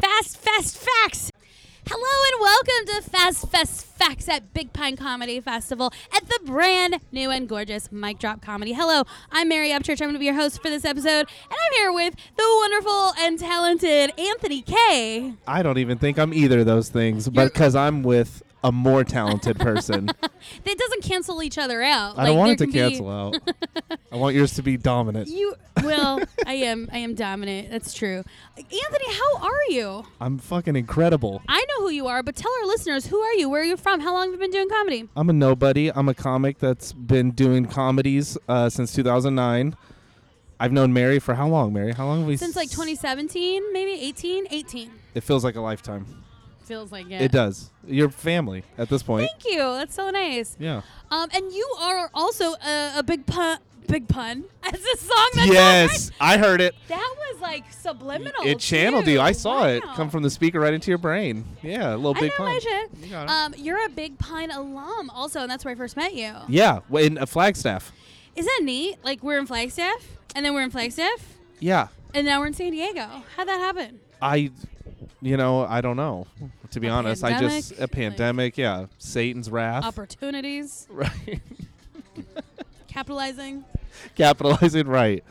Fast Facts. Hello and welcome to Fast Fest Facts at Big Pine Comedy Festival at the brand new and gorgeous Mic Drop Comedy. Hello, I'm Mary Upchurch. I'm going to be your host for this episode, and I'm here with the wonderful and talented Anthony Kay. I don't even think I'm either of those things, but because I'm with a more talented person, That doesn't cancel each other out. I don't want it there to can be- cancel out. I want yours to be dominant. You well, I am. I am dominant. That's true. Anthony, how are you? I'm fucking incredible. I know who you are, but tell our listeners who are you, where are you from, how long have you been doing comedy? I'm a nobody. I'm a comic that's been doing comedies uh, since 2009. I've known Mary for how long, Mary? How long have we? Since like s- 2017, maybe 18, 18. It feels like a lifetime. Feels like It does. Your family at this point. Thank you. That's so nice. Yeah. Um, and you are also a, a big pun. Big pun. That's a song. That's Yes, I heard it. That was like subliminal. It channeled too. you. I saw it Wow. come from the speaker right into your brain. Yeah, a little I big know, pun. I should. You got it. Um, you're a Big Pine alum, also, and that's where I first met you. Yeah, w- in a Flagstaff. Isn't that neat? Like we're in Flagstaff, and then we're in Flagstaff, Yeah, and now we're in San Diego. How'd that happen? I, you know, I don't know. To be A honest, I just pandemic, a like- pandemic. yeah, Satan's wrath. Opportunities, right, capitalizing. capitalizing right.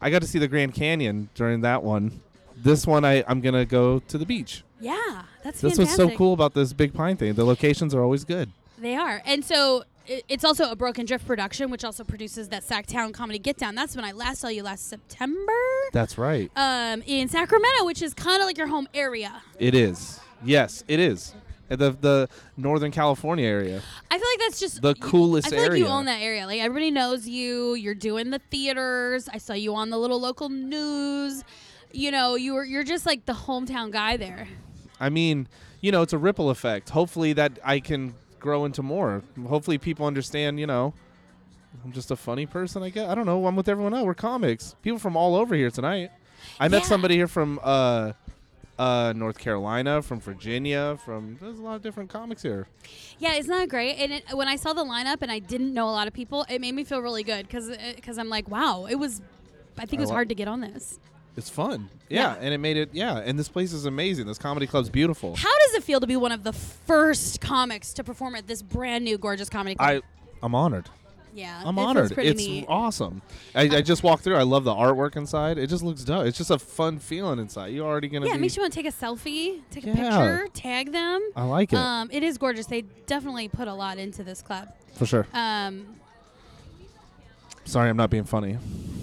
I got to see the Grand Canyon during that one. This one, I I'm gonna go to the beach. Yeah, that's This was fantastic. so cool about this Big Pine thing. The locations are always good. They are, and so i- it's also a Broken Drift production, which also produces that Sacktown comedy Get Down. That's when I last saw you last September. That's right. Um, in Sacramento, which is kind of like your home area. It is. Yes, it is. At The the Northern California area. I feel like that's just The you- coolest I feel like area. you own that area. Like everybody knows you. You're doing the theaters. I saw you on the little local news. You know, you were you're just like the hometown guy there. I mean, you know, it's a ripple effect. Hopefully that I can grow into more. Hopefully people understand, you know, I'm just a funny person, I guess. I don't know. I'm with everyone else. We're comics. People from all over here tonight. I met Yeah. somebody here from uh uh North Carolina, from Virginia, from there's a lot of different comics here. Yeah, isn't that great? And it, when I saw the lineup and I didn't know a lot of people, it made me feel really good because because I'm like, wow, it was. I think I it was lo- hard to get on this. It's fun. Yeah, Yeah. and it made it yeah, and this place is amazing. This comedy club's beautiful. How does it feel to be one of the first comics to perform at this brand new gorgeous comedy club? I I'm honored. yeah, I'm it feels honored. pretty It's neat. awesome. I, I just walked through. I love the artwork inside. It just looks dope. It's just a fun feeling inside. You're already gonna. yeah, it be, makes you want to take a selfie, take a Yeah. picture, tag them. I like it Um, it is gorgeous. They definitely put a lot into this club. for sure. Um, Sorry, I'm not being funny.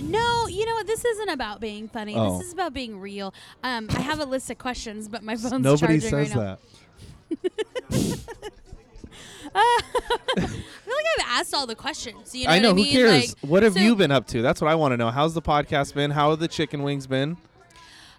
no, you know what? This isn't about being funny. Oh. This is about being real. Um, I have a list of questions, but my phone's charging Nobody says right now. that. I feel like I've asked all the questions. You know I know. What I who mean? cares? Like, what have so, you been up to? That's what I want to know. How's the podcast been? How have the chicken wings been?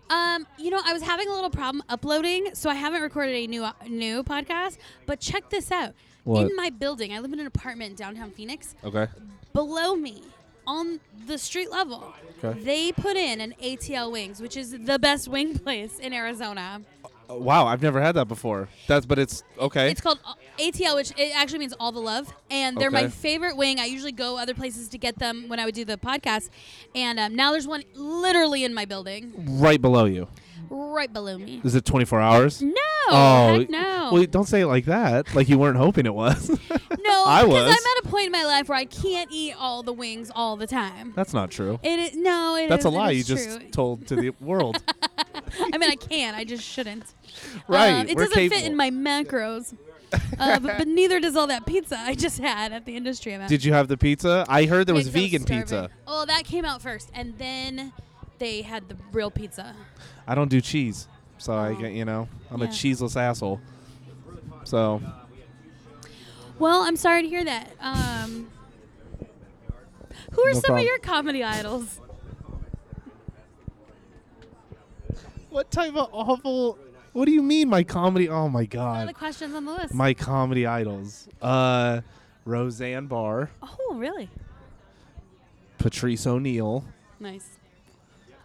Um, you know, I was having a little problem uploading, so I haven't recorded a new new podcast. But check this out. What? In my building, I live in an apartment in downtown Phoenix. Okay. Below me, on the street level, Okay. they put in an ATL Wings, which is the best wing place in Arizona. Oh, wow, I've never had that before. That's but it's okay. It's called uh, ATL, which it actually means all the love, and they're my Okay. favorite wing. I usually go other places to get them when I would do the podcast, and um, now there's one literally in my building, right below you. right below me. Is it 24 hours? Oh, No, heck no, Well, don't say it like that. Like you weren't hoping it was. no. I because was. I'm at a point in my life where I can't eat all the wings all the time. That's not true. It is no, it That's a is- it lie you is just true. told to the world. I mean, I can. I just shouldn't. Right, Um, it we're doesn't fit in capable. my macros. Uh, but, but neither does all that pizza I just had at the industry event. Did you have the pizza? I heard there was Pigs, I vegan starving. pizza. Oh, that came out first, and then they had the real pizza. I don't do cheese, so I Oh. get you know I'm a Yeah. cheeseless asshole. So Well, I'm sorry to hear that. Um, who are No some problem. of your comedy idols? what type of awful? What do you mean my comedy? Oh my What are god, the questions on the list? my comedy idols. Uh, Roseanne Barr, oh, really? Patrice O'Neill, Nice.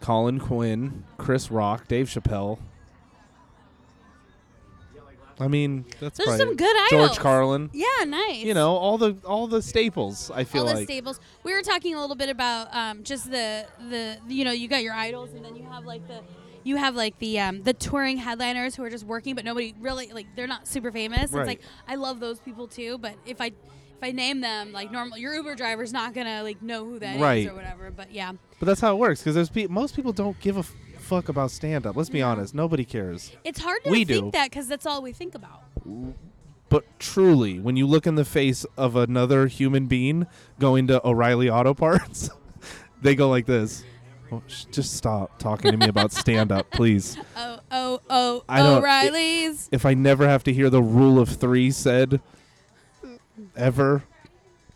Colin Quinn, Chris Rock, Dave Chappelle. I mean, that's Those are probably some it. good idols. George Carlin. Yeah, nice. You know all the all the staples. I feel all the like staples. We were talking a little bit about um, just the the you know you got your idols, and then you have like the you have like the um, the touring headliners who are just working, but nobody really like they're not super famous. Right. It's like I love those people too, but if I if I name them like normal, your Uber driver's not gonna like know who that is Right. or whatever. But yeah, But that's how it works because there's pe- most people don't give a f- fuck about stand up. Let's be honest, nobody cares. it's hard to We think do. that because that's all we think about. But truly, when you look in the face of another human being going to O'Reilly Auto Parts, they go like this. Oh, sh- just stop talking to me about stand up, please. Oh oh oh I don't- O'Reilly's. If I never have to hear the rule of three said ever,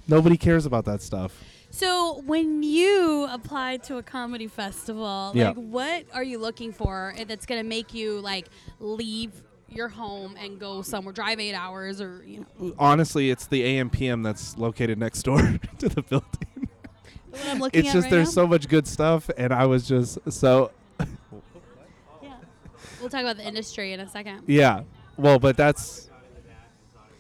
nobody cares about that stuff. So when you apply to a comedy festival, Yeah. like what are you looking for eh, that's gonna make you like leave your home and go somewhere, drive eight hours, or you know Honestly, it's the AMPM that's located next door to the building. what I'm looking It's at just right there's now? so much good stuff, and I was just so yeah. We'll talk about the industry in a second. Yeah. Well, but that's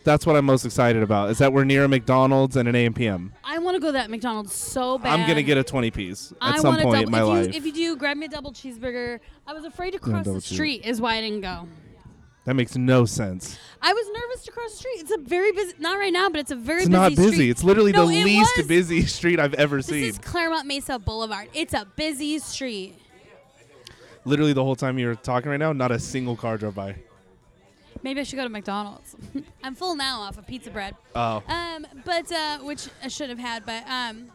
that's what I'm most excited about is that we're near a McDonald's and an AMPM. I want to go to that McDonald's so bad. I'm gonna get a 20 piece at I some wanna double, point in my if life. You, if you do, grab me a double cheeseburger. I was afraid to cross double the cheese- street, is why I didn't go. that makes no sense. I was nervous to cross the street. It's a very busy, not right now, but it's a very It's busy not busy. street. It's literally No, the it least was. busy street I've ever This seen. is Claremont Mesa Boulevard. It's a busy street. literally the whole time you were talking right now, not a single car drove by. Maybe I should go to McDonald's. I'm full now off of pizza bread. Oh, Um, but uh, which I should have had, but um,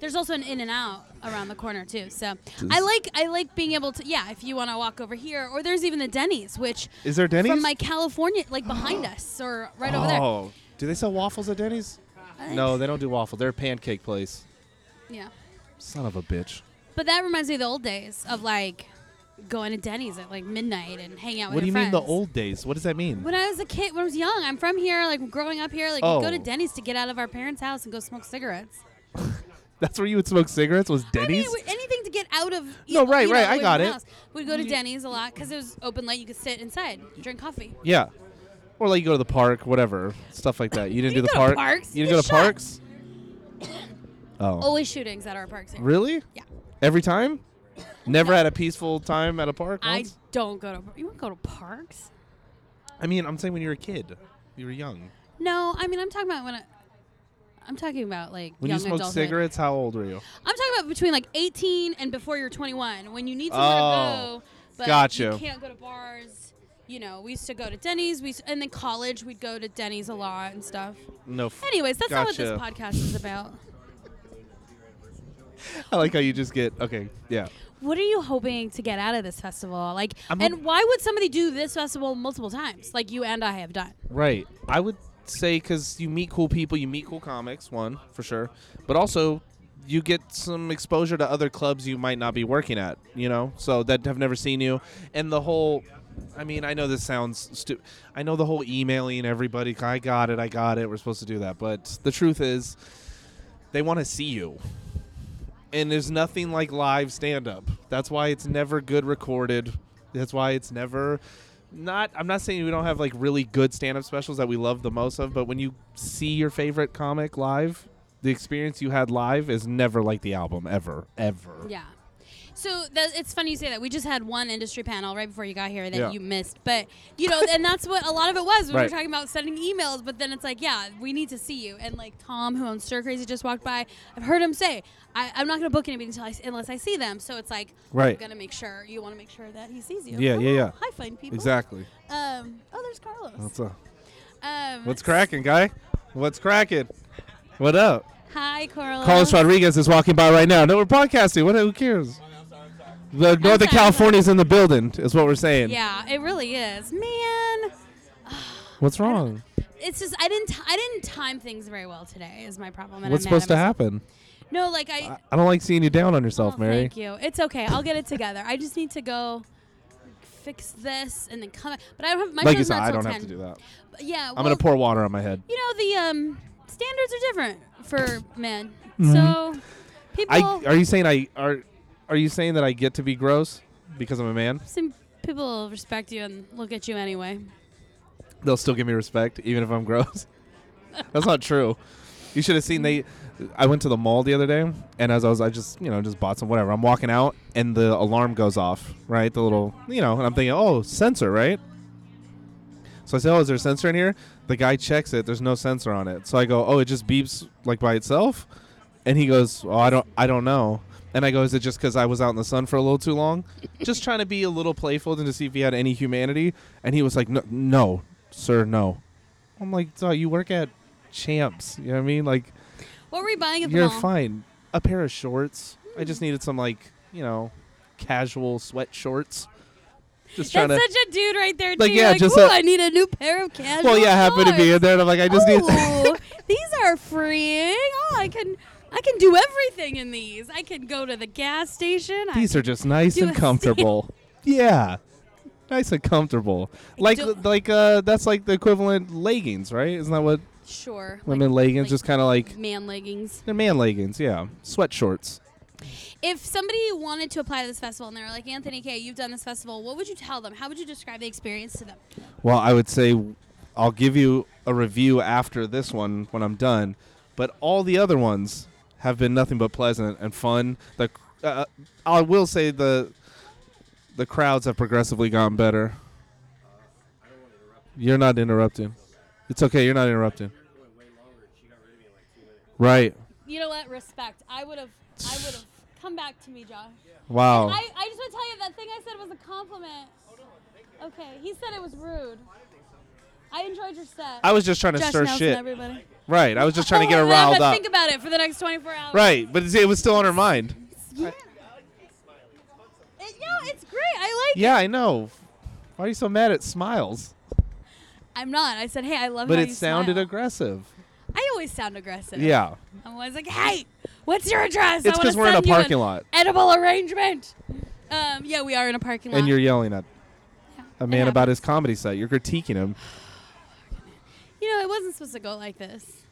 there's also an In and Out around the corner too. So I like I like being able to yeah. If you want to walk over here, or there's even the Denny's, which is there Denny's? from my California, like behind us or right over there. oh, do they sell waffles at Denny's? I think- No, they don't do waffle. They're a pancake place. Yeah, Son of a bitch. but that reminds me of the old days of like going to Denny's at like midnight and hanging out What with do you your mean the Oh, friends. old days? What does that mean? When I was a kid, when I was young, I'm from here, like growing up here, like we go to Oh. Denny's to get out of our parents' house and go smoke cigarettes. That's where you would smoke cigarettes was I mean, Denny's? we- anything to get out of. No, you know, right, you know, right, I away got from it. Mm. house. We'd go to Denny's a lot because it was open late. You could sit inside, drink coffee. Yeah. Or like you go to the park, whatever. Stuff like that. You didn't You do the go to park. parks. You You didn't go to shot. parks? oh. Always shootings at our parks. Here. Really? Yeah. Every time? Never had a peaceful time at a park I once? don't go to. You want to go to parks? I mean, I'm saying when you were a kid. You were young. No, I mean I'm talking about when I. I'm talking about like When young you smoked adulthood. cigarettes, how old were you? I'm talking about between like 18 and before you're 21 when you need somewhere Oh, to go, but gotcha. you can't go to bars. You know, we used to go to Denny's. We used and then college we'd go to Denny's a lot and stuff. No. F- Anyways, that's not Gotcha. what this podcast is about. I like how you just get okay. Yeah. What are you hoping to get out of this festival? Like, I'm and hop- why would somebody do this festival multiple times, like you and I have done? Right. I would say because you meet cool people, you meet cool comics, one for sure, but also you get some exposure to other clubs you might not be working at, you know, so that have never seen you. And the whole, I mean, I know this sounds stupid. I know the whole emailing everybody, I got it, I got it, we're supposed to do that. But the truth is, they want to see you. And there's nothing like live stand up. That's why it's never good recorded. That's why it's never not I'm not saying we don't have like really good stand up specials that we love the most of, but when you see your favorite comic live, the experience you had live is never like the album ever, ever. Yeah. So that, it's funny you say that. We just had one industry panel right before you got here that Yeah. you missed, but you know, and that's what a lot of it was. We Right. were talking about sending emails, but then it's like, yeah, we need to see you. And like Tom, who owns Stir Crazy, just walked by. I've heard him say, I, "I'm not going to book anybody until I, s- unless I see them." So it's like, Right. I'm going to make sure you want to make sure that he sees you. Yeah, yeah, yeah. Hi, fine people. Exactly. Um, oh, there's Carlos. What's up? Um, What's cracking, guy? What's cracking? What up? Hi, Carlos. Carlos Rodriguez is walking by right now. No, we're podcasting. What who cares? Oh, The sorry, Northern I'm California's in the building, is what we're saying. Yeah, it really is, man. What's wrong? It's just I didn't t- I didn't time things very well today. Is my problem. And What's I'm mad at supposed to myself. happen? No, like I. I don't like seeing you down on yourself, Oh, Mary. Thank you. It's okay. I'll get it together. I just need to go fix this and then come. back. But I don't have my. Like you show's said, not I till don't 10. have to do that. But yeah. I'm gonna well, pour water on my head. You know the um standards are different for men. So people. Mm-hmm. I are you saying I are are you saying that I get to be gross because I'm a man? some people respect you and look at you anyway. They'll still give me respect even if I'm gross. That's not true. You should have seen they. I went to the mall the other day, and as I was, I just you know just bought some whatever. I'm walking out, and the alarm goes off, right? The little you know, and I'm thinking, oh, sensor, right? So I say, oh, is there a sensor in here? The guy checks it. There's no sensor on it. So I go, oh, it just beeps like by itself, and he goes, oh, I don't, I don't know. And I go, is it just because I was out in the sun for a little too long? just trying to be a little playful and to see if he had any humanity. And he was like, no, no, sir, no. I'm like, dog, you work at Champs. You know what I mean? Like, What were you buying at the you're mall? fine. A pair of shorts. I just needed some like, you know, casual sweat shorts. Just trying That's to. such a dude right there, too. Like, Like, yeah, just "Ooh, a- I need a new pair of casual Oh, well, yeah, happened to be in shorts." there, and I'm like, I just need. Ooh, these are freeing. Oh, I can, I can do everything in these. I can go to the gas station. I These are just nice Do and a steal. comfortable. Yeah. Nice and comfortable. Like don't- like uh that's like the equivalent leggings, right? Isn't that what sure. women like- leggings like just kind of like man leggings. they're man leggings, yeah. Sweat shorts. If somebody wanted to apply to this festival and they were like, Anthony K, you've done this festival, what would you tell them? How would you describe the experience to them? Well, I would say I'll give you a review after this one when I'm done, but all the other ones have been nothing but pleasant and fun. The uh, I will say the the crowds have progressively gotten better. You're not interrupting. It's okay. You're not interrupting. Right. You know what? Respect. I would have. I would have come back to me, Josh. Wow. I, I just want to tell you that thing I said was a compliment. Okay, he said it was rude. I enjoyed your set. I was just trying to Josh stir Nelson, shit. everybody. Right. I was just trying to get her Oh, I'm riled gonna up. Think about it for the next 24 hours. Right. But it's- it was still on her mind. Yeah. It, no, it's great. I like. Yeah, I know. Why are you so mad at smiles? I'm not. I said, hey, I love. But how it you sounded smile. Uh, aggressive. I always sound aggressive. Yeah. I'm always like, hey, what's your address? It's 'cause because we're in a parking lot. Edible arrangement. Um, yeah, we are in a parking lot. And you're yelling at a man happens. about his comedy set. You're critiquing him. you know, it wasn't supposed to go like this.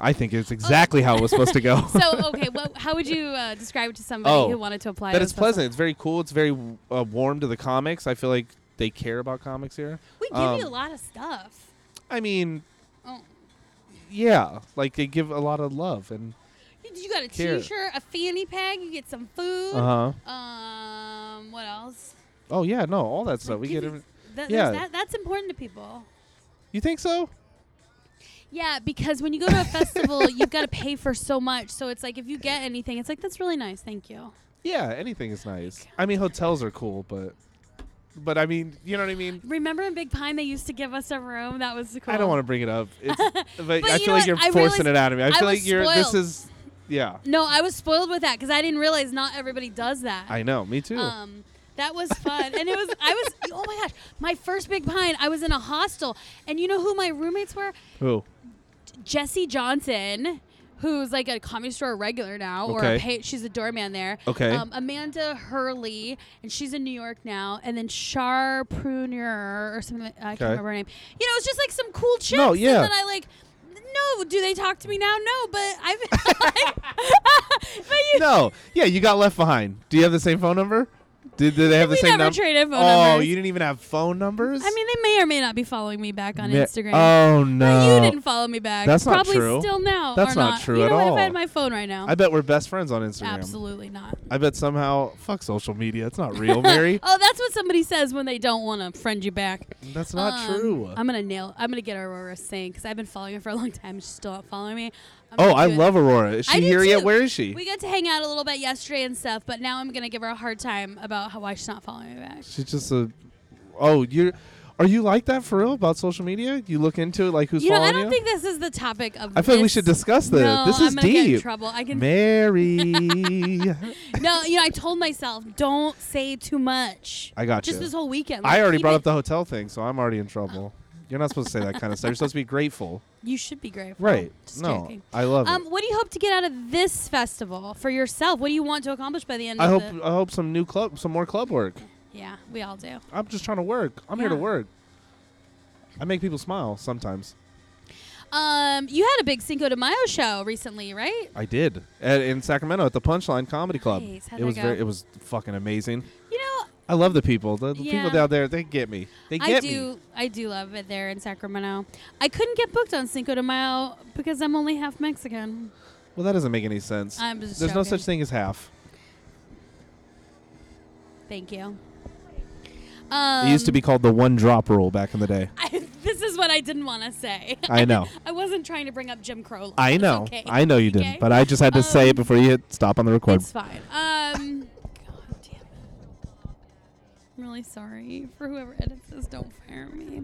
I think it's exactly how it was supposed to go. So, oh, okay, what, how would you uh, describe it to somebody Oh, who wanted to apply? but to it's this festival? pleasant. It's very cool. It's very uh, warm to the comics. I feel like they care about comics here. We give you Um, a lot of stuff. I mean, Oh. yeah, like they give a lot of love and You- You got a Care. shirt a fanny pack. You get some food. uh huh. Um, what else? Oh yeah, no, all that stuff. We Give get. you- Every- that, yeah. there's that, that's important to people. you think so? Yeah, because when you go to a festival, you've got to pay for so much. So it's like if you get anything, it's like that's really nice. Thank you. Yeah, anything is nice. I mean, hotels are cool, but, but I mean, you know what I mean. Remember in Big Pine, they used to give us a room. That was cool. I don't want to bring it up, it's, but, I you feel know like what? you're I forcing realized it out of me. I I feel was like you're. This spoiled. is, yeah, No, I was spoiled with that because I didn't realize not everybody does that. I know. Me too. Um, that was fun, and it was. I was. Oh my gosh, my first Big Pine. I was in a hostel, and you know who my roommates were? Who? Jesse Johnson, who's like a comedy store regular now, or Okay. a pay, she's a doorman there. Okay. Um, Amanda Hurley, and she's in New York now, and then Char Prunier or something. I can't Okay. remember her name. You know, it's just like some cool chicks. No, yeah. And then I like. No, do they talk to me now? No, but I've. but you, No. Yeah, you got left behind. Do you have the same phone number? Did, did they have We the same never number? traded phone oh, numbers. you didn't even have phone numbers. I mean, they may or may not be following me back on Ma- Instagram. Oh But no. you didn't follow me back. That's not Probably true. still now. That's or not not, true you at know what? If all. I had my phone right now, I bet we're best friends on Instagram. absolutely not. I bet somehow. Fuck social media. It's not real, Mary. oh, that's what somebody says when they don't want to friend you back. That's not Um, true. I'm gonna nail. I'm gonna get Aurora saying because I've been following her for a long time. She's still not following me. I'm oh, gonna I do it. love Aurora. Is I she do here yet? too. Where is she? We got to hang out a little bit yesterday and stuff, but now I'm gonna give her a hard time about how why she's not following me back. She's just a. Oh, you. Are you like that for real about social media? You look into it like who's You know, following I don't you? think this is the topic of. I feel like we should this. discuss this. No, this I'm is gonna get in deep. trouble. I can Mary. No, you know, I told myself don't say too much. I got Just you. this whole weekend. I like, already keep brought it- up the hotel thing, so I'm already in trouble. You're not supposed to say that kind of stuff. You're supposed to be grateful. You should be grateful. Right. Oh, Just no, joking. I love Um, it. what do you hope to get out of this festival for yourself? What do you want to accomplish by the end I of hope the I hope some new club, some more club work. Yeah, we all do. I'm just trying to work. I'm here to Yeah. work. I make people smile sometimes. Um, you had a big Cinco de Mayo show recently, right? I did at, in Sacramento at the Punchline Comedy Club. Nice. How'd it that was go? very, it was fucking amazing. You know, I love the people. The, the Yeah. people down there, they get me. They get I me. do. I do love it there in Sacramento. I couldn't get booked on Cinco de Mayo because I'm only half Mexican. Well, that doesn't make any sense. I'm just There's no joking. such thing as half. Thank you. Um, it used to be called the one drop rule back in the day. I, this is what I didn't want to say. I know. I wasn't trying to bring up Jim Crow. laws. I know. Okay. I know you didn't, Okay? but I just had to say Um, it before you hit stop on the record. It's fine. Um, God damn it. I'm really sorry for whoever edits this. Don't fire me.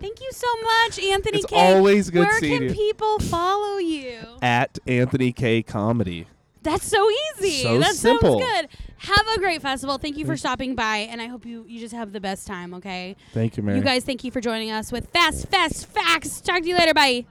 Thank you so much, Anthony It's K. always good Where seeing can you. people follow you? At Anthony K comedy. That's so easy. So that simple. sounds good. Have a great festival. Thank you for stopping by, and I hope you, you just have the best time, okay? Thank you, Mary. You guys, thank you for joining us with Fast Fast Facts. Talk to you later. Bye.